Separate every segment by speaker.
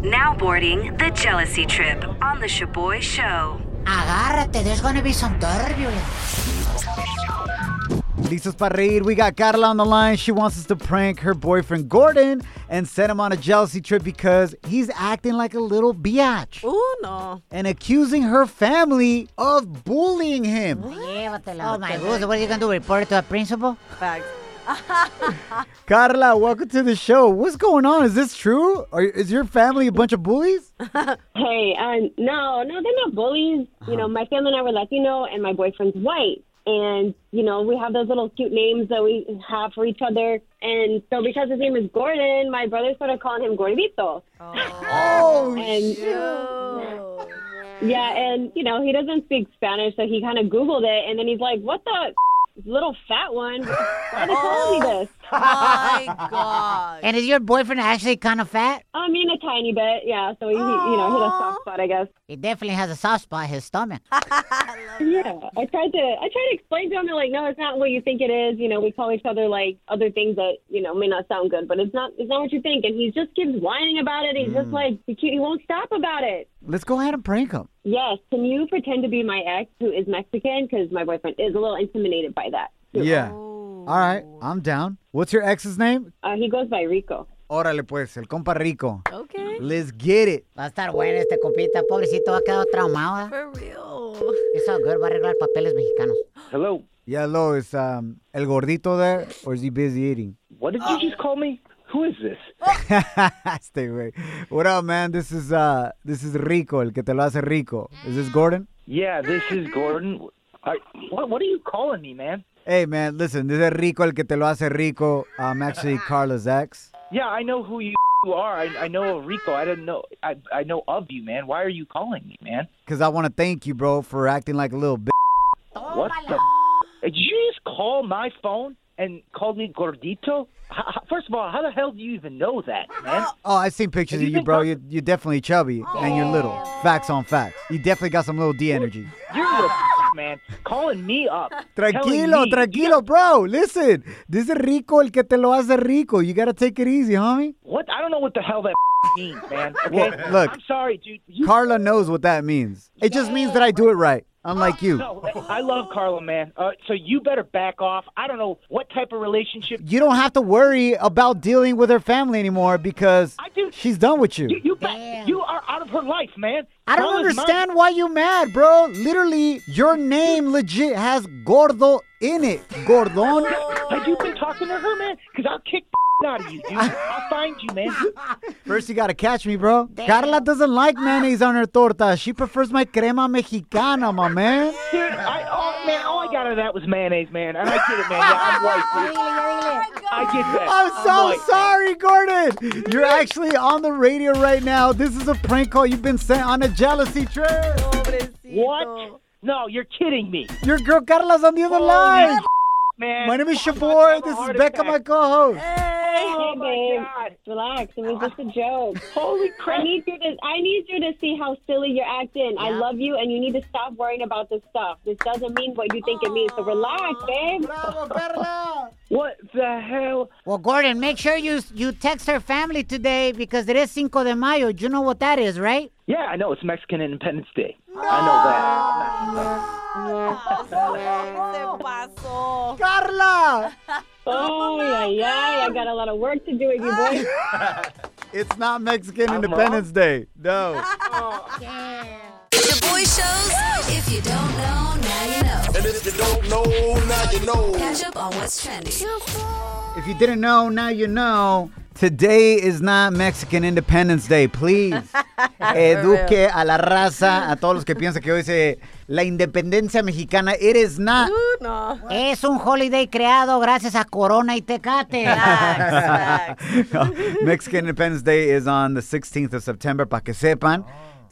Speaker 1: Now boarding the jealousy trip on the Shaboy Show.
Speaker 2: Agárrate, there's gonna be some turbulence.
Speaker 3: Listos para reír. We got Carla on the line. She wants us to prank her boyfriend Gordon and send him on a jealousy trip because he's acting like a little biatch
Speaker 4: Ooh, no.
Speaker 3: and accusing her family of bullying him.
Speaker 2: Llévatela. Oh my god, what are you gonna do? Report it to a principal?
Speaker 4: Facts.
Speaker 3: Carla, welcome to the show. What's going on? Is this true? Are, is your family a bunch of bullies?
Speaker 5: Hey, um, no, no, they're not bullies. You know, my family and I were Latino, and my boyfriend's white. And, you know, we have those little cute names that we have for each other. And so because his name is Gordon, my brother started calling him Gordito.
Speaker 3: Oh,
Speaker 5: And, yeah, and, you know, he doesn't speak Spanish, so he kind of Googled it. And then he's like, what the little fat one? Why are they calling me this?
Speaker 4: My God.
Speaker 2: And is your boyfriend actually kind of fat?
Speaker 5: I mean, a tiny bit, yeah. So he, he you know, hit a soft spot, I guess.
Speaker 2: He definitely has a soft spot in his stomach.
Speaker 5: Yeah, I tried to I tried to explain to him they're like, no, it's not what you think it is. You know, we call each other like other things that you know may not sound good, but it's not it's not what you think. And he just keeps whining about it. He's just like he, can't- he won't stop about it.
Speaker 3: Let's go ahead and prank him.
Speaker 5: Yes, can you pretend to be my ex who is Mexican? Because my boyfriend is a little intimidated by that.
Speaker 3: Yeah. All right, I'm down. What's your ex's name?
Speaker 5: Uh, he goes by Rico.
Speaker 3: Órale, pues, el compa rico.
Speaker 4: Okay.
Speaker 3: Let's get it.
Speaker 2: Va a estar bueno este compita. Pobrecito, va a quedar traumado. ¿eh?
Speaker 4: For real.
Speaker 2: It's all good, va a arreglar papeles mexicanos.
Speaker 6: Hello.
Speaker 3: Yeah, hello, is um, El Gordito there or is he busy eating?
Speaker 6: What did you just call me? Who is this?
Speaker 3: Stay away. What up, man? This is uh, this is Rico, el que te lo hace rico. Is this Gordon?
Speaker 6: Yeah, this is Gordon. I, what, what are you calling me, man?
Speaker 3: Hey, man, listen, this is Rico, el que te lo hace rico. I'm actually Carla's ex.
Speaker 6: Yeah, I know who you are. I, I know of Rico. I don't know. I, I know of you, man. Why are you calling me, man?
Speaker 3: Because I want to thank you, bro, for acting like a little bitch.
Speaker 6: What the? Did you just call my phone and call me Gordito? H- h- First of all, how the hell do you even know that, man?
Speaker 3: Oh, I've seen pictures of
Speaker 6: you
Speaker 3: you,
Speaker 6: been
Speaker 3: bro.
Speaker 6: talk-
Speaker 3: You're, you're definitely chubby and you're little. Facts on facts. You definitely got some little D energy.
Speaker 6: You're a man. Calling me up. telling
Speaker 3: Tranquilo,
Speaker 6: me-
Speaker 3: tranquilo, bro. Listen, this is Rico, el que te lo hace rico. You got to take it easy, homie.
Speaker 6: What? I don't know what the hell that means, man.
Speaker 3: Well,
Speaker 6: Okay?
Speaker 3: look.
Speaker 6: I'm sorry, dude. You
Speaker 3: Carla knows what that means. It just means that I do it right, unlike you.
Speaker 6: No, Oh, I love Carla, man. Uh, so you better back off. I don't know what type of relationship.
Speaker 3: You don't have to worry about dealing with her family anymore because
Speaker 6: I do-
Speaker 3: she's done with you.
Speaker 6: You you, back, you are out of her life, man.
Speaker 3: I don't
Speaker 6: Carla's mine.
Speaker 3: understand why you mad, bro. Literally, your name legit has gordo in it. Gordon.
Speaker 6: Have you been talking to her, man? Because I'll kick the out of you, dude. I'll find you, man.
Speaker 3: First, you gotta catch me, bro. Carla doesn't like mayonnaise on her torta. She prefers my crema mexicana, my man.
Speaker 6: Dude, I, oh, man, all I got out of that was mayonnaise, man. And I get it, man. Yeah, I'm white, dude. I get that.
Speaker 3: I'm
Speaker 6: white,
Speaker 3: so
Speaker 6: man.
Speaker 3: sorry, Gordon. You're actually on the radio right now. This is a prank call. You've been sent on a jealousy trip.
Speaker 6: What? No, you're kidding me,
Speaker 3: Your girl Carla's on the other line.
Speaker 6: man.
Speaker 3: My name is
Speaker 6: I'm about to have a
Speaker 3: Shaboy. This is
Speaker 6: heart
Speaker 3: Becca, my
Speaker 6: attack.
Speaker 3: co-host.
Speaker 6: Oh,
Speaker 5: Hey,
Speaker 6: my God.
Speaker 5: Relax, it was just a joke.
Speaker 6: Holy crap.
Speaker 5: I need you to I need you to see how silly you're acting. I love you, and you need to stop worrying about this stuff. This doesn't mean what you think it means. So relax, babe.
Speaker 3: Bravo, Carla.
Speaker 6: What the hell?
Speaker 2: Well, Gordon, make sure you you text her family today because it is Cinco de Mayo. You know what that is, right?
Speaker 6: Yeah, I know. It's Mexican Independence Day. I know that.
Speaker 3: Carla.
Speaker 5: Oh, yeah, yeah. I got a lot of work to do with you, boy.
Speaker 3: It's not Mexican
Speaker 6: I'm
Speaker 3: Independence Day. No.
Speaker 7: Shaboy Shows. If you don't know, now you know.
Speaker 8: And if you don't know, now you know.
Speaker 7: Catch up on what's trending.
Speaker 3: If you didn't know, now you know. Today is not Mexican Independence Day, please. Eduque a la raza, a todos los que piensan que hoy se la independencia mexicana. It is not.
Speaker 4: No.
Speaker 2: Es un holiday creado gracias a Corona y Tecate.
Speaker 4: Facts, facts.
Speaker 3: Mexican Independence Day is on the 16th of September, pa que sepan.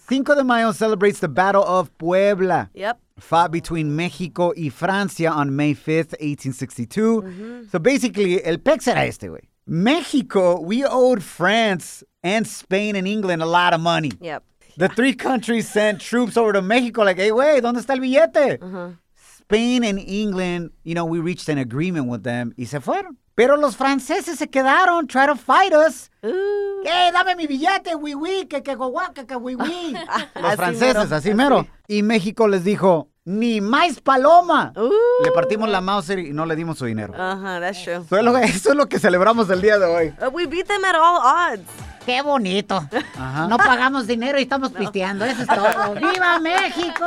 Speaker 3: Cinco de Mayo celebrates the Battle of Puebla.
Speaker 4: Yep.
Speaker 3: Fought between Mexico y Francia on May 5th, 1862. So basically, el pex era este, güey. Mexico, we owed France and Spain and England a lot of money.
Speaker 4: Yep.
Speaker 3: The three countries sent troops over to Mexico, like, hey, wait, ¿dónde está el billete?
Speaker 4: Uh-huh.
Speaker 3: Spain and England, you know, we reached an agreement with them y se fueron. Pero los franceses se quedaron, try to fight us.
Speaker 4: Ooh.
Speaker 3: ¡Hey, dame mi billete, wiwi, que que guagua, que que wiwi! Los
Speaker 4: Así
Speaker 3: franceses,
Speaker 4: mero.
Speaker 3: así mero. Y México les dijo, ni más paloma.
Speaker 4: Ooh.
Speaker 3: Le partimos la Mauser y no le dimos su dinero.
Speaker 4: Uh-huh, that's true.
Speaker 3: Eso es lo- eso es lo que celebramos el día de hoy.
Speaker 4: Uh, we beat them at all odds.
Speaker 2: Qué bonito.
Speaker 3: Ajá.
Speaker 2: No pagamos dinero y estamos pisteando. Eso es todo. ¡Viva México!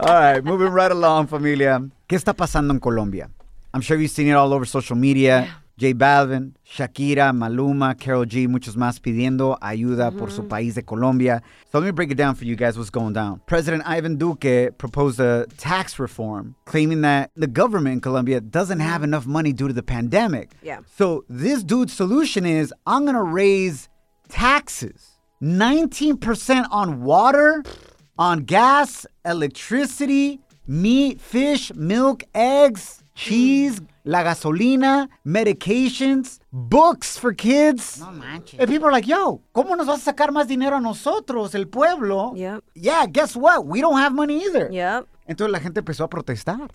Speaker 3: All right, moving right along, familia. ¿Qué está pasando en Colombia? I'm sure you've seen it all over social media. J Balvin, Shakira, Maluma, Carol G, muchos más pidiendo ayuda por su país de Colombia. So let me break it down for you guys what's going down. President Ivan Duque proposed a tax reform claiming that the government in Colombia doesn't have enough money due to the pandemic.
Speaker 4: Yeah.
Speaker 3: So this dude's solution is I'm going to raise taxes 19% on water, on gas, electricity, meat, fish, milk, eggs, cheese, la gasolina, medications, books for kids.
Speaker 2: No manches.
Speaker 3: And people are like, yo, ¿cómo nos vas a sacar más dinero a nosotros, el pueblo?
Speaker 4: Yep.
Speaker 3: Yeah, guess what? We don't have money either.
Speaker 4: Yep.
Speaker 3: Entonces la gente empezó a protestar.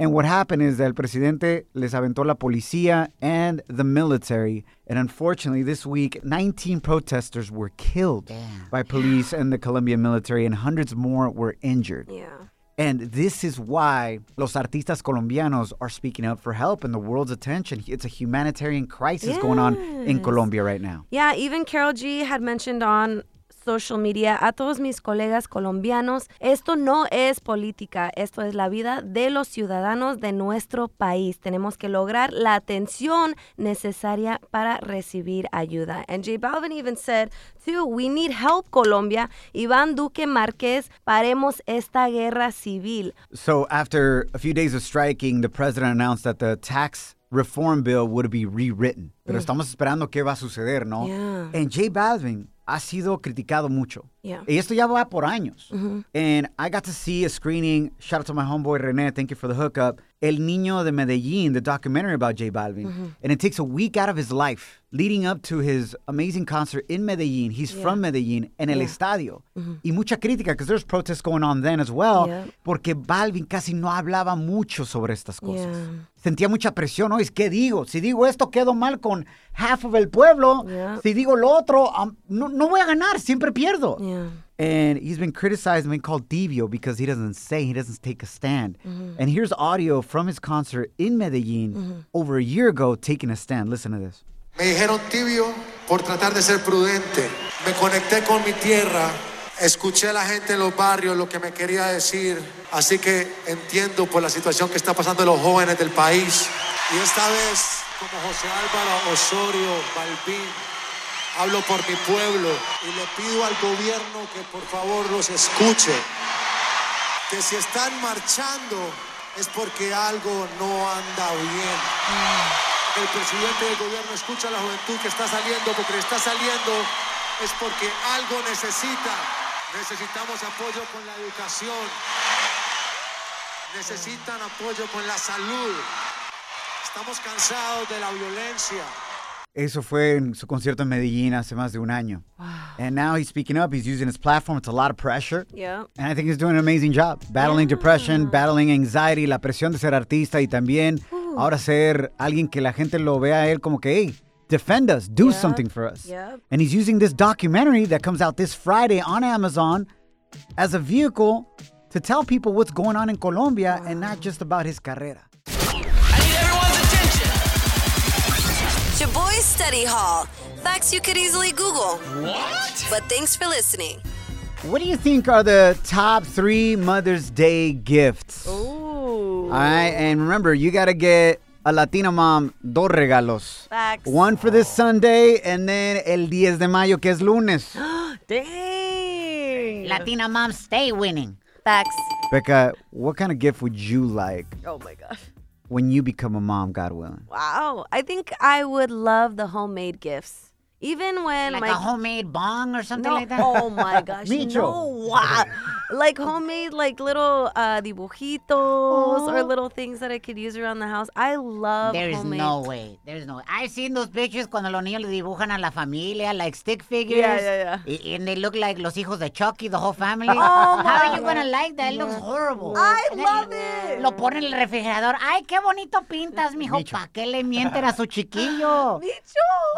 Speaker 3: And what happened is that el presidente les aventó la policía and the military. And unfortunately, this week, 19 protesters were killed by police and the Colombian military, and hundreds more were injured.
Speaker 4: Yeah.
Speaker 3: And this is why los artistas colombianos are speaking up for help and the world's attention. It's a humanitarian crisis going on in Colombia right now.
Speaker 4: Yeah, even Carol G had mentioned on social media a todos mis colegas colombianos, esto no es política, esto es la vida de los ciudadanos de nuestro país. Tenemos que lograr la atención necesaria para recibir ayuda. And J Balvin even said, too, we need help Colombia. Iván Duque Márquez, paremos esta guerra civil.
Speaker 3: So, after a few days of striking, the president announced that the tax reform bill would be rewritten. Pero estamos esperando qué va a suceder, ¿no?
Speaker 4: Mm. Yeah.
Speaker 3: And J Balvin ha sido criticado mucho.
Speaker 4: Yeah. Mm-hmm.
Speaker 3: Y esto ya va por años. And I got to see a screening. Shout out to my homeboy René. Thank you for the hookup. El Niño de Medellin, the documentary about J Balvin.
Speaker 4: Mm-hmm.
Speaker 3: And it takes a week out of his life leading up to his amazing concert in Medellin. He's from Medellin and El Estadio.
Speaker 4: Mm-hmm.
Speaker 3: Y mucha crítica, because there's protests going on then as well.
Speaker 4: Yeah.
Speaker 3: Porque Balvin casi no hablaba mucho sobre estas cosas.
Speaker 4: Yeah.
Speaker 3: Sentía mucha presión, ¿no? Es que digo, si digo esto quedo mal con half of el pueblo,
Speaker 4: Yeah.
Speaker 3: si digo lo otro, am- no, no voy a ganar, siempre pierdo.
Speaker 4: Yeah.
Speaker 3: And he's been criticized and been called Divio because he doesn't say, he doesn't take a stand.
Speaker 4: Mm-hmm.
Speaker 3: And here's audio from his concert in Medellin over a year ago taking a stand. Listen to this.
Speaker 9: Me dijeron tibio por tratar de ser prudente. Me conecté con mi tierra, escuché a la gente en los barrios lo que me quería decir, así que entiendo por la situación que está pasando los jóvenes del país. Y esta vez, como José Álvaro Osorio Balbín, hablo por mi pueblo y le pido al gobierno que por favor los escuche. Que si están marchando es porque algo no anda bien el presidente del gobierno escucha a la juventud que está saliendo, porque está saliendo es porque algo necesita. Necesitamos apoyo con la educación. Necesitan apoyo con la salud. Estamos cansados de la violencia.
Speaker 3: Eso fue en su concierto en Medellín hace más de un año. And now he's speaking up. He's using his platform. It's a lot of pressure.
Speaker 4: Yeah.
Speaker 3: And I think he's doing an amazing job. Battling depression, battling anxiety, la presión de ser artista y también ahora ser alguien que la gente lo vea a él como que, hey, defend us, do something for us.
Speaker 4: Yep.
Speaker 3: And he's using this documentary that comes out this Friday on Amazon as a vehicle to tell people what's going on in Colombia and not just about his carrera.
Speaker 7: I need everyone's attention.
Speaker 1: Shaboy Study Hall. Facts you could easily Google. What? But thanks for listening.
Speaker 3: What do you think are the top three Mother's Day gifts?
Speaker 4: Ooh.
Speaker 3: All right, and remember, you gotta get a Latina Mom dos regalos.
Speaker 4: Facts.
Speaker 3: One for this Sunday and then el 10 de mayo, que es lunes.
Speaker 4: Dang.
Speaker 2: Latina mom, stay winning.
Speaker 4: Facts.
Speaker 3: Becca, what kind of gift would you like
Speaker 4: Oh my gosh.
Speaker 3: when you become a mom, God willing?
Speaker 4: Wow. I think I would love the homemade gifts. Even when
Speaker 2: Like
Speaker 4: my
Speaker 2: a homemade bong or something
Speaker 4: No,
Speaker 2: like that.
Speaker 4: Oh my gosh.
Speaker 3: Micho.
Speaker 4: No. Wow. Like homemade like little uh dibujitos or little things that I could use around the house. I love
Speaker 2: There's
Speaker 4: homemade.
Speaker 2: no way. There's no way. I've seen those pictures cuando los niños le dibujan a la familia, like stick figures.
Speaker 4: Yeah, yeah,
Speaker 2: yeah. And they look like los hijos de Chucky, the whole family.
Speaker 4: Oh,
Speaker 2: How
Speaker 4: my
Speaker 2: are you going to like that? It looks horrible.
Speaker 4: I
Speaker 2: And then
Speaker 4: love it.
Speaker 2: Lo pone en el refrigerador. Ay, qué bonito pintas, mijo. ¿Para qué le mienten a su chiquillo?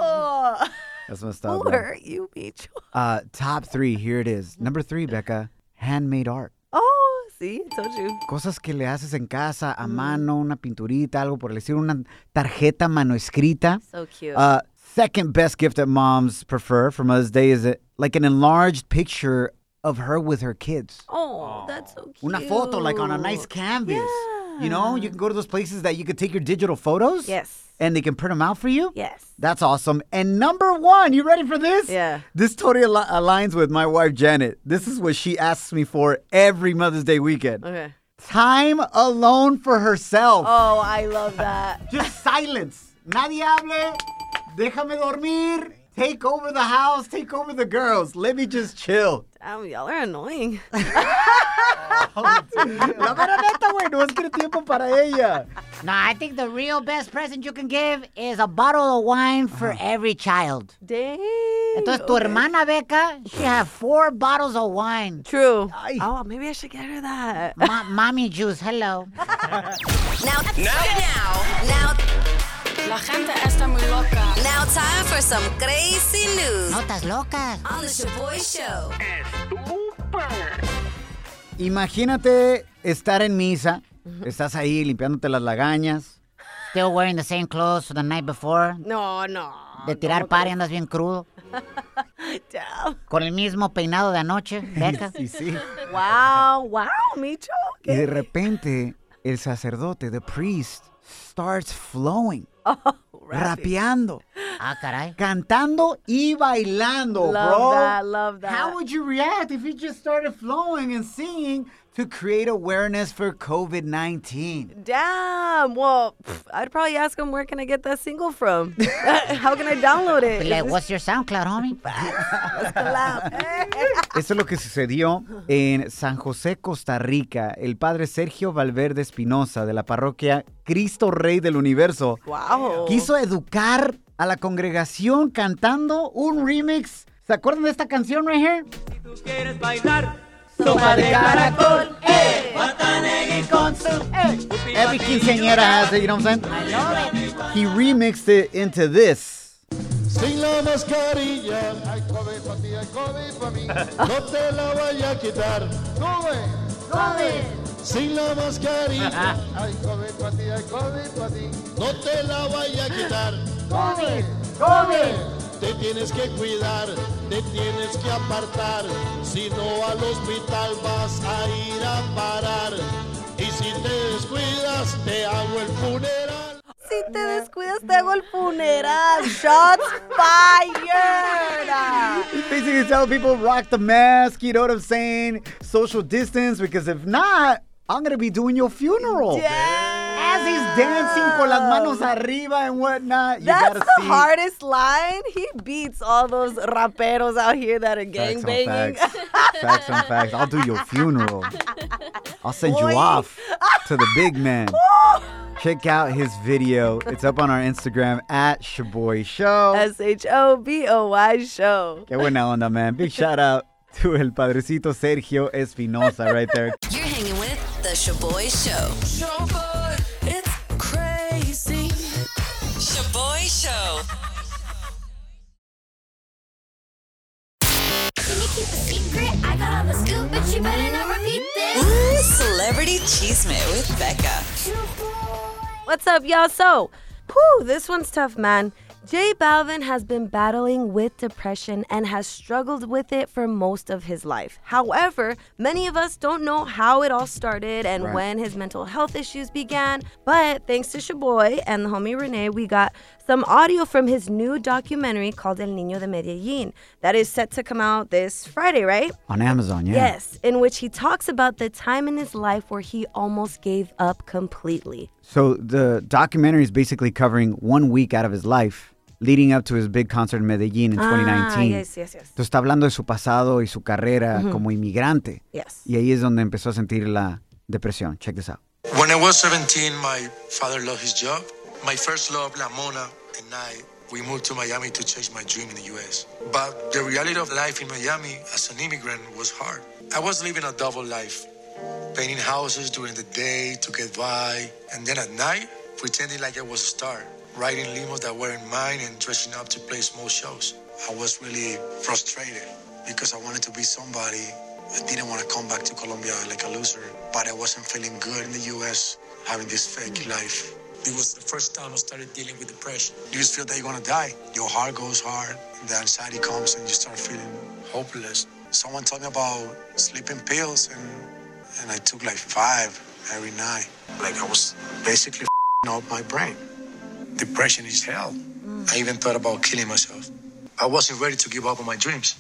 Speaker 4: Micho.
Speaker 3: That's messed up.
Speaker 4: Who
Speaker 3: man.
Speaker 4: hurt you, Micho?
Speaker 3: Uh, top three, here it is. Number three, Becca, handmade art.
Speaker 4: Oh, see, I told you.
Speaker 3: Cosas que le haces en casa,
Speaker 4: Mm.
Speaker 3: a mano, una pinturita, algo por el estilo, una tarjeta mano escrita.
Speaker 4: So cute.
Speaker 3: Uh, second best gift that moms prefer for Mother's Day is a, like an enlarged picture of her with her kids.
Speaker 4: oh, that's so cute.
Speaker 3: Una photo, like on a nice canvas. You know, you can go to those places that you can take your digital photos.
Speaker 4: Yes.
Speaker 3: And they can print them out for you.
Speaker 4: Yes.
Speaker 3: That's awesome. And number one, you ready for this?
Speaker 4: Yeah.
Speaker 3: This totally al- aligns with my wife, Janet. This is what she asks me for every Mother's Day weekend
Speaker 4: Okay.
Speaker 3: time alone for herself.
Speaker 4: Oh, I love that.
Speaker 3: Just silence. Nadie hable. Déjame dormir. Take over the house. Take over the girls. Let me just chill.
Speaker 4: Damn, y'all are annoying.
Speaker 3: La mera neta, güey. No es que tiempo para ella.
Speaker 2: No, I think the real best present you can give is a bottle of wine for every child.
Speaker 4: Dang.
Speaker 2: Entonces, tu hermana Beca, she have four bottles of wine.
Speaker 4: True.
Speaker 3: Ay.
Speaker 4: Oh, maybe I should get her that.
Speaker 2: Ma- mommy juice, hello.
Speaker 1: Now, now, now,
Speaker 8: La gente está muy loca.
Speaker 1: now, time for some crazy news
Speaker 2: Notas locas.
Speaker 1: on the Shaboy Show.
Speaker 3: Imagínate estar en misa. Estás ahí limpiándote las lagañas.
Speaker 2: Still wearing the same clothes from the night before.
Speaker 4: No, no.
Speaker 2: De tirar party andas bien crudo.
Speaker 4: Damn.
Speaker 2: Con el mismo peinado de anoche, Beca.
Speaker 3: Y sí.
Speaker 4: Wow, wow, Micho.
Speaker 3: Y de repente, el sacerdote, the priest, starts flowing. Rapeando.
Speaker 2: Oh, Ah, caray.
Speaker 3: cantando y bailando,
Speaker 4: Love
Speaker 3: bro.
Speaker 4: that, love that.
Speaker 3: How would you react if you just started flowing and singing to create awareness for COVID 19?
Speaker 4: Damn. Well, pff, I'd probably ask him where can I get that single from? How can I download it?
Speaker 2: Be
Speaker 4: Is
Speaker 2: like,
Speaker 4: this
Speaker 2: what's your SoundCloud, homie?
Speaker 4: allowed? Eh.
Speaker 3: Eso es lo que sucedió en San José, Costa Rica. El padre Sergio Valverde Espinosa de la parroquia Cristo Rey del Universo
Speaker 4: wow.
Speaker 3: quiso educar a la congregación cantando un remix. ¿Se acuerdan de esta canción right here?
Speaker 4: eh.
Speaker 3: Every quinceañera has it, you know what I'm saying? He remixed it into this.
Speaker 10: Sin la mascarilla, hay COVID para ti, hay COVID para mí, no te la voy a quitar. COVID, COVID. Sin la mascarilla, hay COVID para ti, hay COVID para ti, no te la voy a quitar. COVID, COVID. Te tienes que cuidar, te tienes que apartar, si no al hospital vas a ir a parar. Y si te descuidas, te hago el funeral.
Speaker 4: Si te descuidas, te hago el funeral. Shots fired.
Speaker 3: He basically telling people rock the mask, you know what I'm saying? Social distance, because if not, I'm gonna be doing your funeral. As he's dancing con las manos arriba and whatnot, you
Speaker 4: That's
Speaker 3: gotta
Speaker 4: the
Speaker 3: see.
Speaker 4: hardest line. He beats all those raperos out here that are
Speaker 3: Facts on
Speaker 4: gangbanging.
Speaker 3: facts. facts on facts. I'll do your funeral. I'll send
Speaker 4: Boy.
Speaker 3: you off to the big man. Check out his video. It's up on our Instagram at Shaboy Show.
Speaker 4: S H O B O Y show.
Speaker 3: Qué buena onda, man. Big shout out to el padrecito Sergio Espinosa right there.
Speaker 1: You're hanging with the Shaboy Show.
Speaker 7: Shaboy, it's crazy. Shaboy Show.
Speaker 1: Ooh, Celebrity Cheesemate with Becca.
Speaker 4: What's up, y'all? So, whew, this one's tough, man. J Balvin has been battling with depression and has struggled with it for most of his life. However, many of us don't know how it all started and
Speaker 11: Right.
Speaker 4: when his mental health issues began. But thanks to Shaboy and the homie Renee, we got some audio from his new documentary called El Niño de Medellin that is set to come out this Friday, right?
Speaker 3: On Amazon, yeah.
Speaker 4: Yes, in which he talks about the time in his life where he almost gave up completely.
Speaker 3: So the documentary is basically covering one week out of his life leading up to his big concert in Medellín in 2019.
Speaker 4: Ah, yes, yes, yes.
Speaker 3: Entonces está hablando de su pasado y su carrera
Speaker 4: Ujú.
Speaker 3: como inmigrante.
Speaker 4: Yes.
Speaker 3: Y ahí es donde empezó a sentir la depresión. Check this out.
Speaker 12: When I was 17, my father lost his job. My first love, La Mona, and I, we moved to Miami to chase my dream in the US. But the reality of life in Miami as an immigrant was hard. I was living a double life, painting houses during the day to get by, and then at night, pretending like I was a star, riding limos that weren't mine and dressing up to play small shows. I was really frustrated because I wanted to be somebody. I didn't want to come back to Colombia like a loser, but I wasn't feeling good in the US having this fake life. It was the first time I started dealing with depression. You just feel that you're gonna die. Your heart goes hard, the anxiety comes, and you start feeling hopeless. Someone told me about sleeping pills, and, and I took like five every night. Like I was basically fing up my brain. Depression is hell. I even thought about killing myself. I wasn't ready to give up on my dreams.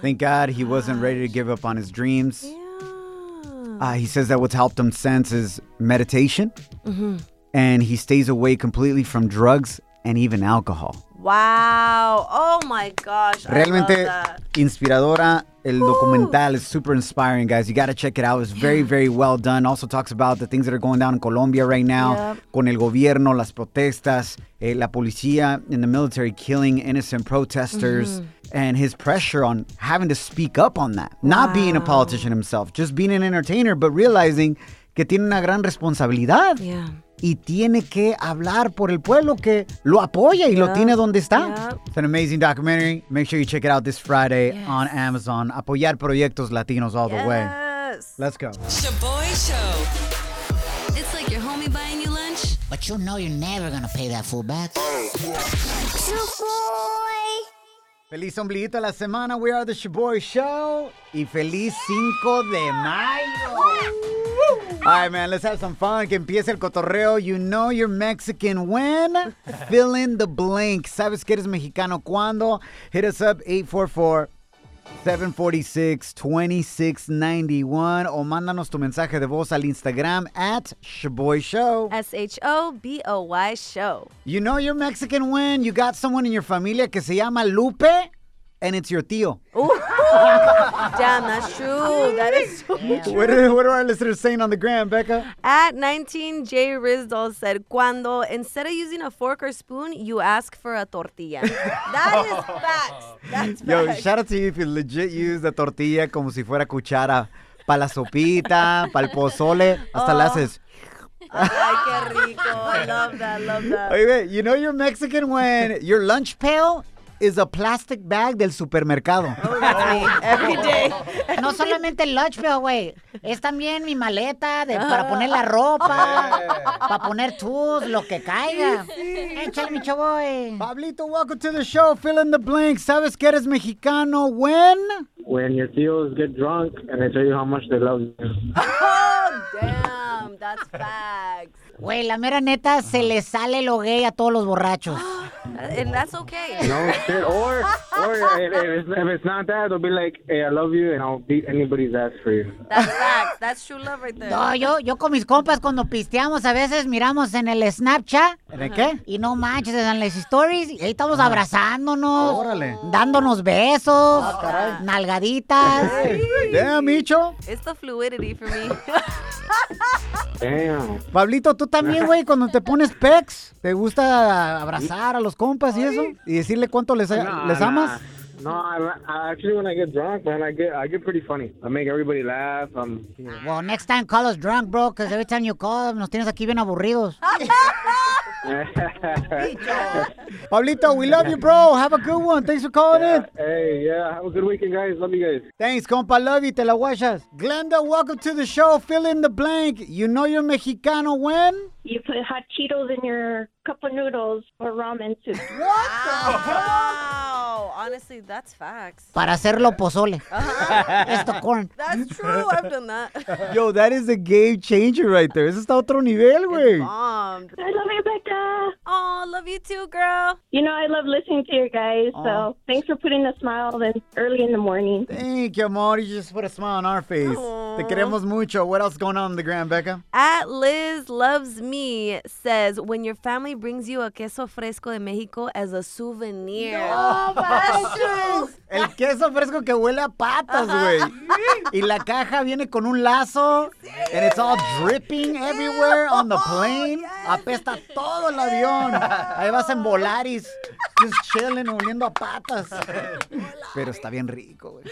Speaker 3: Thank God he wasn't ready to give up on his dreams. Uh, he says that what's helped him since is meditation,
Speaker 4: Mm-hmm.
Speaker 3: and he stays away completely from drugs and even alcohol.
Speaker 4: Wow. Oh my gosh. I love
Speaker 3: Realmente
Speaker 4: that.
Speaker 3: inspiradora. El documental is super inspiring, guys. You got to check it out. It's very, very well done. Also talks about the things that are going down in Colombia right now
Speaker 4: Yep.
Speaker 3: con el gobierno, las protestas, eh, la policía and the military killing innocent protesters,
Speaker 4: Mhm.
Speaker 3: and his pressure on having to speak up on that. Not being a politician himself, just being an entertainer, but realizing que tiene una gran responsabilidad. Y tiene que hablar por el pueblo que lo apoya y lo
Speaker 4: Yep.
Speaker 3: tiene donde está.
Speaker 4: Yep.
Speaker 3: It's an amazing documentary. Make sure you check it out this Friday on Amazon. Apoyar proyectos latinos all the way.
Speaker 4: Yes.
Speaker 3: Let's go.
Speaker 7: Shaboy Show.
Speaker 8: It's like your homie buying you lunch.
Speaker 2: But you know you're never gonna pay that fool back.
Speaker 3: Feliz ombliguito de la semana. We are the Shaboy Show. Y feliz 5 de mayo. All right, man, let's have some fun. Que empiece el cotorreo. You know you're Mexican when? Fill in the blank. ¿Sabes que eres mexicano cuando? Hit us up 844 746 2691 o mándanos tu mensaje de voz al Instagram at Shaboy Show.
Speaker 4: S H O B O Y show.
Speaker 3: You know you're Mexican when you got someone in your familia que se llama Lupe and it's your tío.
Speaker 4: Damn, that's true. That is so true.
Speaker 3: What are, what are our listeners saying on the gram, Becca?
Speaker 4: At 19, Jay Rizdal said, Cuando instead of using a fork or spoon, you ask for a tortilla. that is facts. That's
Speaker 3: Yo,
Speaker 4: facts.
Speaker 3: shout out to you if you legit use the tortilla como si fuera cuchara para la sopita, para el pozole, hasta la
Speaker 4: Oh.
Speaker 3: haces.
Speaker 4: Ay, qué rico. I love that. Love that.
Speaker 3: Oye, ve, you know you're Mexican when your lunch pail is a plastic bag del supermercado.
Speaker 4: Every day.
Speaker 2: No solamente el lunch, pero güey, es también mi maleta de, para poner la ropa, para poner tus, lo que caiga. Échale, mi chavo, güey.
Speaker 3: Pablito, welcome to the show. Fill in the blank. ¿Sabes que eres mexicano when?
Speaker 13: When your tios get drunk and they tell you how much they love you.
Speaker 4: Oh, damn. That's facts.
Speaker 2: Güey, la mera neta, se le sale lo gay a todos los borrachos.
Speaker 4: And that's okay.
Speaker 13: No Oh, shit. Or, or if, if it's, if it's not that, they'll be like, "Hey, I love you, and I'll beat anybody's ass for you."
Speaker 4: That's facts. That's true love right there.
Speaker 2: No, yo, yo con mis compas cuando pisteamos a veces miramos en el Snapchat. ¿eh?
Speaker 3: ¿En el qué?
Speaker 2: Y no manches, en las stories. Y ahí estamos
Speaker 3: Ah.
Speaker 2: abrazándonos.
Speaker 3: Órale. Ah,
Speaker 2: Dándonos besos. nalgaditas.
Speaker 3: Damn, Micho.
Speaker 4: It's the fluidity for me.
Speaker 13: Damn.
Speaker 3: Pablito, tú también, güey, cuando te pones pecs, ¿te gusta abrazar a los compas y eso? ¿Y decirle cuánto les,
Speaker 13: Nah,
Speaker 3: les amas?
Speaker 13: nah. No, I, I actually when I get drunk, man, I get I get pretty funny. I make everybody laugh. um, I'm. You know.
Speaker 2: Well, next time call us drunk, bro, because every time you call, nos tienes aquí bien aburridos.
Speaker 3: Pablito, we love you, bro. Have a good one. Thanks for calling in.
Speaker 13: hey, yeah. Have a good weekend, guys. Love you guys.
Speaker 3: Thanks, compa. Love you. Te la guachas. Glenda, welcome to the show. Fill in the blank. You know you're Mexicano when?
Speaker 11: You put hot Cheetos in your cup of noodles or ramen soup.
Speaker 4: Wow. Honestly, that's facts.
Speaker 2: Para hacerlo pozole. It's the corn.
Speaker 4: That's true. I've done that.
Speaker 3: Yo, that is a game changer right there. Ese está otro nivel, güey.
Speaker 4: Bombed.
Speaker 11: I love you, Becca.
Speaker 4: Oh, love you too, girl.
Speaker 11: You know, I love listening to you guys. So thanks for putting a smile then early in the morning.
Speaker 3: Thank you, amor. You just put a smile on our face. Te queremos mucho. What else going on in the gram, Becca?
Speaker 4: At Liz Loves Me says, when your family brings you a queso fresco de Mexico as a souvenir.
Speaker 2: No manches.
Speaker 3: El queso fresco que huele a patas, güey. Y la caja viene con un lazo. And it's all dripping everywhere on the plane. Apesta todo el avión. Ahí vas en Volaris. Just chilling, oliendo a patas. Pero está bien rico, güey.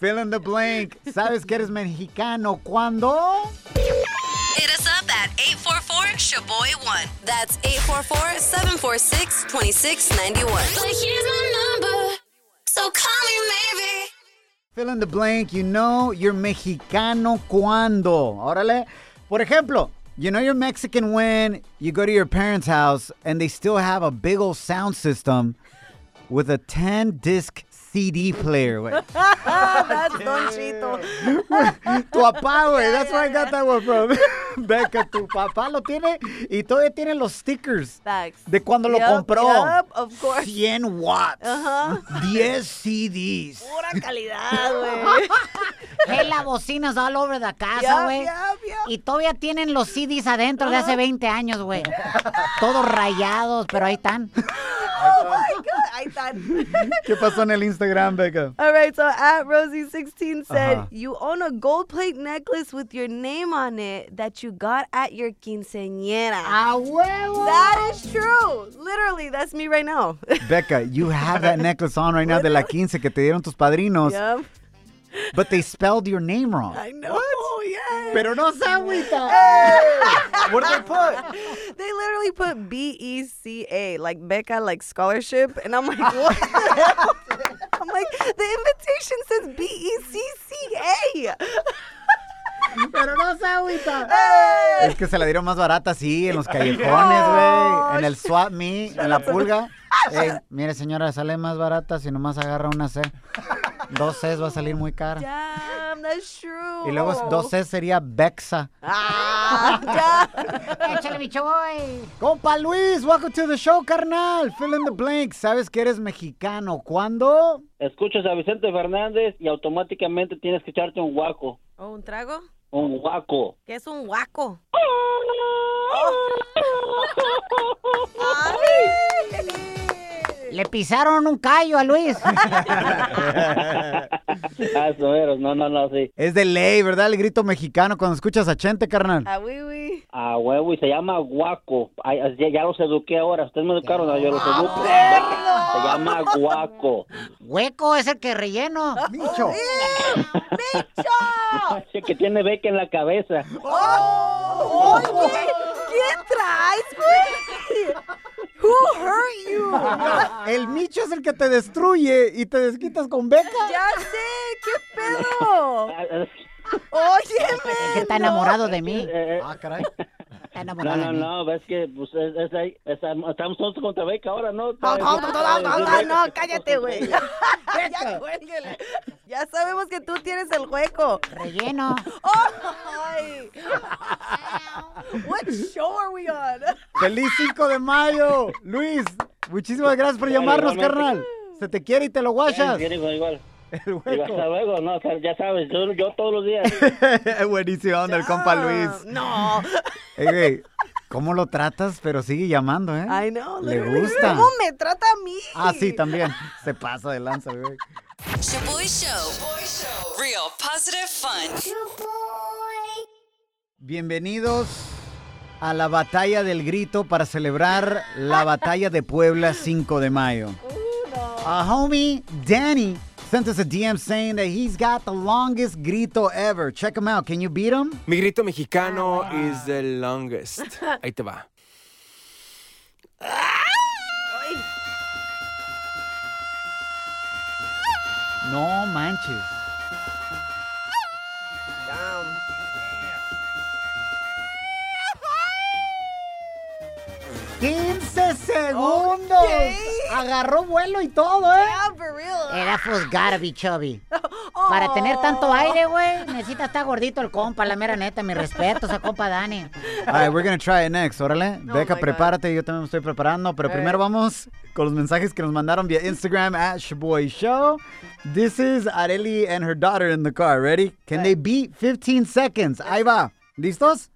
Speaker 3: Fill in the blank. ¿Sabes que eres mexicano cuando?
Speaker 8: Hit us up at 844 Shaboy 1. That's 844 746 2691. here's my number. So call me, maybe.
Speaker 3: Fill in the blank. You know you're mexicano cuando. Órale. Por ejemplo, you know you're Mexican when you go to your parents' house and they still have a big old sound system with a 10 disc CD player. Wait.
Speaker 4: that's Don Chito.
Speaker 3: tu papá, güey. That's where I got that one from. Becca, tu papá lo tiene y todavía tiene los stickers
Speaker 4: Facts.
Speaker 3: de cuando lo
Speaker 4: Yup,
Speaker 3: compró.
Speaker 4: yup, of course.
Speaker 3: 100 watts, 10 CDs.
Speaker 4: Pura calidad, güey.
Speaker 2: Pela bocinas all over the casa,
Speaker 4: Yup,
Speaker 2: güey.
Speaker 4: yup, yup.
Speaker 2: Y todavía tienen los CDs adentro de hace 20 años, güey. Todos rayados, pero ahí están.
Speaker 4: Oh my God. I thought.
Speaker 3: ¿Qué pasó en el Instagram, Becca?
Speaker 4: All right, so at Rosie16 said,
Speaker 3: Ajá.
Speaker 4: You own a gold plate necklace with your name on it that you got at your quinceañera.
Speaker 2: ¡A huevo!
Speaker 4: That is true. Literally, that's me right now.
Speaker 3: Becca, you have that necklace on right now de la 15 que te dieron tus padrinos,
Speaker 4: yep.
Speaker 3: but they spelled your name wrong.
Speaker 4: I know. Oh, yeah.
Speaker 3: Pero no se agüita. What did they put?
Speaker 4: They literally put B E C A, like Becca, like scholarship. And I'm like, what the hell? I'm like, the invitation says B E C C A.
Speaker 3: Pero no se agüita.
Speaker 4: Hey!
Speaker 3: Es que se la dieron más barata, sí, en los callejones,
Speaker 4: Oh,
Speaker 3: güey. En el swap me, en la pulga. Ey, mire, señora, sale más barata si nomás agarra una C. Dos Cs va a salir muy cara.
Speaker 4: Damn, that's true.
Speaker 3: Y luego dos Cs sería Bexa.
Speaker 4: Ah, damn.
Speaker 2: Échale, bicho, güey.
Speaker 3: Compa Luis, welcome to the show, carnal. Fill in the blank. ¿Sabes que eres mexicano? ¿Cuándo?
Speaker 14: Escuchas a Vicente Fernández y automáticamente tienes que echarte un guaco.
Speaker 4: ¿O Oh, un trago?
Speaker 14: Un guaco.
Speaker 4: ¿Qué es un guaco? Oh. Ah,
Speaker 2: Le pisaron un callo a Luis.
Speaker 14: Ah, soberos. No, no, no, sí.
Speaker 3: Es de ley, ¿verdad? El grito mexicano cuando escuchas a Chente, carnal.
Speaker 4: Ah, oui, oui.
Speaker 14: A huevo y se llama guaco. Ay, ya, ya los eduqué ahora. Ustedes me educaron, ahora yo los educo. Se llama guaco.
Speaker 2: Hueco es el que relleno.
Speaker 3: Micho.
Speaker 4: ¡Bicho!
Speaker 14: Así que tiene beca en la cabeza.
Speaker 4: Oye, ¿qué traes, güey? Who hurt you?
Speaker 3: El Micho es el que te destruye y te desquitas con Beca.
Speaker 4: Ya sé, ¿qué pedo?
Speaker 14: Ah, ah,
Speaker 2: El
Speaker 4: Óyeme.
Speaker 2: que está enamorado de mí.
Speaker 14: eh,
Speaker 3: Ah, caray.
Speaker 2: Está
Speaker 14: No,
Speaker 2: enamorado
Speaker 14: no,
Speaker 2: de mí.
Speaker 14: no, ves que pues, es, es ahí, es- estamos todos contra beca ahora, ¿no?
Speaker 4: No, no, no, no, no, no, no, cállate, güey.
Speaker 14: Beca.
Speaker 4: Ya cuélguele. Ya sabemos que tú tienes el hueco.
Speaker 2: Relleno.
Speaker 4: Ay. What show are we on?
Speaker 3: ¡Feliz 5 de mayo! Luis, muchísimas gracias por llamarnos,
Speaker 14: igualmente.
Speaker 3: carnal. Se te quiere y te lo guachas.
Speaker 14: Bien, igual, igual.
Speaker 3: El
Speaker 14: Y hasta
Speaker 3: hueco.
Speaker 14: luego, no, o sea, ya sabes, yo, yo todos los días.
Speaker 3: Buenísima onda el compa
Speaker 4: Ah,
Speaker 3: Luis.
Speaker 4: No.
Speaker 3: Ey, güey, ¿Cómo lo tratas? Pero sigue llamando, ¿eh?
Speaker 4: I know.
Speaker 3: Le
Speaker 4: literally.
Speaker 3: gusta.
Speaker 4: ¿Cómo me trata a mí?
Speaker 3: Ah, sí, también. Se pasa de lanza, güey.
Speaker 8: Shaboy Show.
Speaker 7: Real positive fun.
Speaker 3: Bienvenidos a la batalla del grito para celebrar la batalla de Puebla 5 de mayo.
Speaker 4: Uh, no.
Speaker 3: A homie, Danny, sent us a DM saying that he's got the longest grito ever. Check him out. Can you beat him?
Speaker 15: Mi grito mexicano
Speaker 3: Ah,
Speaker 15: is the longest. Ahí te va.
Speaker 3: No manches. ¡15 segundos! Agarró vuelo y todo, ¿eh?
Speaker 2: Era pues Garby, Chubby. Para tener tanto aire, güey, necesita estar gordito el compa, la mera neta. Mi respeto, a compa Dani.
Speaker 3: All right, we're gonna try it next, órale. Beca, prepárate, yo también me estoy preparando, pero
Speaker 2: Oh All
Speaker 3: primero
Speaker 2: right.
Speaker 3: vamos con los mensajes que nos mandaron vía Instagram at Shaboy Show. This is Areli and her daughter in the car. Ready? Can they beat 15 seconds? Ahí va. ¿Listos?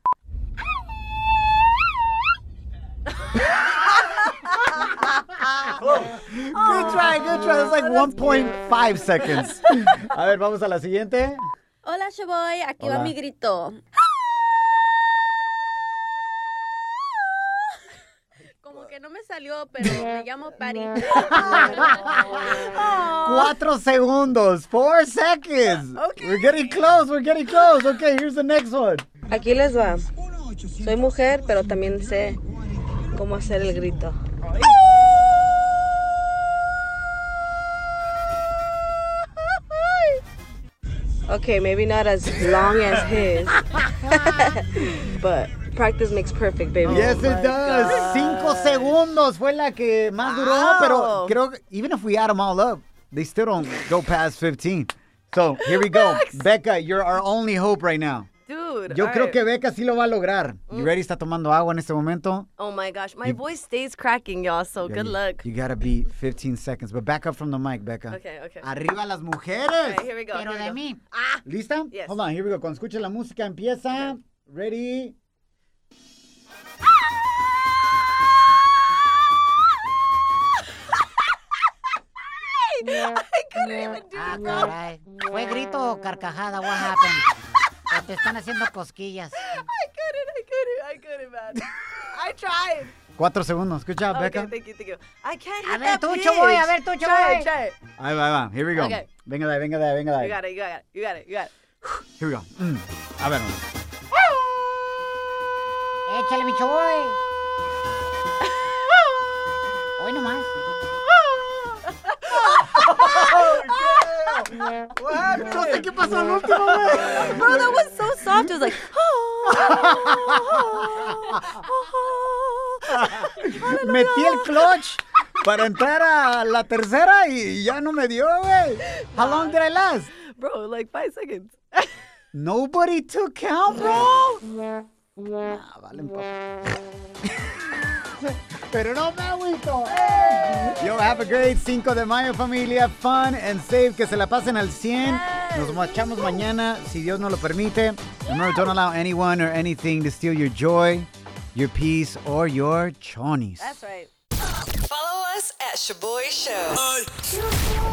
Speaker 3: Good try, good try. That's
Speaker 2: Oh,
Speaker 3: like 1.5 seconds. A ver, vamos a la siguiente.
Speaker 16: Hola, Sheboy. Aquí
Speaker 3: Hola.
Speaker 16: va mi grito. Como que no me salió, pero me llamo Pari.
Speaker 4: Oh.
Speaker 3: Cuatro segundos. Four seconds. We're getting close. We're getting close. Okay, here's the next one.
Speaker 17: Aquí les va. Soy mujer, pero también sé cómo hacer el grito. Okay, maybe not as long as his, but practice makes perfect,
Speaker 4: Oh
Speaker 17: baby.
Speaker 3: Yes, it does. Cinco segundos fue la que más duró, pero
Speaker 17: Wow.
Speaker 3: creo que even if we add them all up, they still don't go past 15. So here we go. Becca, you're our only hope right now.
Speaker 4: Dude.
Speaker 3: Yo
Speaker 4: all
Speaker 3: creo
Speaker 4: right.
Speaker 3: que Becca sí lo va a lograr. You ready? Está tomando agua en este momento.
Speaker 4: Oh my gosh, my
Speaker 3: You-
Speaker 4: voice stays cracking, y'all. So
Speaker 3: Yeah,
Speaker 4: Oh, good
Speaker 3: you-
Speaker 4: luck.
Speaker 3: You gotta beat 15 seconds, but back up from the mic, Becca.
Speaker 4: Okay, okay.
Speaker 3: Arriba las mujeres.
Speaker 4: All right, here we go.
Speaker 2: Pero
Speaker 4: here we
Speaker 2: de
Speaker 4: go.
Speaker 2: mí.
Speaker 3: ¿Lista? Hold on, here we go. Cuando escuche la música empieza. Ready.
Speaker 2: Ah, caray. ¿Fue grito o carcajada? What happened? O te están haciendo cosquillas.
Speaker 17: I couldn't, I couldn't, I couldn't, man. I tried.
Speaker 3: Cuatro segundos. Escucha, Becca.
Speaker 17: Okay, thank you, thank you. I can't
Speaker 2: A
Speaker 17: hit
Speaker 2: ver,
Speaker 17: that
Speaker 2: tú,
Speaker 17: pitch.
Speaker 2: Chaboy, a ver, tú,
Speaker 17: Try
Speaker 2: Chaboy.
Speaker 17: it, try it.
Speaker 3: Ahí va, ahí va. Here we go.
Speaker 17: Okay.
Speaker 3: Venga de ahí, venga de ahí, venga de ahí.
Speaker 17: You got it, you got it, you got it, you got it.
Speaker 3: Here we go. Mm. A ver. vamos.
Speaker 2: Échale, bicho, boy. Hoy nomás.
Speaker 17: No sé qué pasó al último, güey. Bro, that was so soft. It was like,
Speaker 3: Metí el clutch para entrar a la tercera y ya no me dio, güey. How long did I last?
Speaker 4: Bro, like five seconds.
Speaker 3: Nobody took count, bro. Pero no me agüito. Yo, have a great 5 de mayo, familia. Fun and safe. Que se la pasen al 100. Nos marchamos mañana, si Dios nos lo permite. Remember, don't allow anyone or anything to steal your joy, your peace, or your chonies.
Speaker 7: That's right. Follow us at Shaboy Show.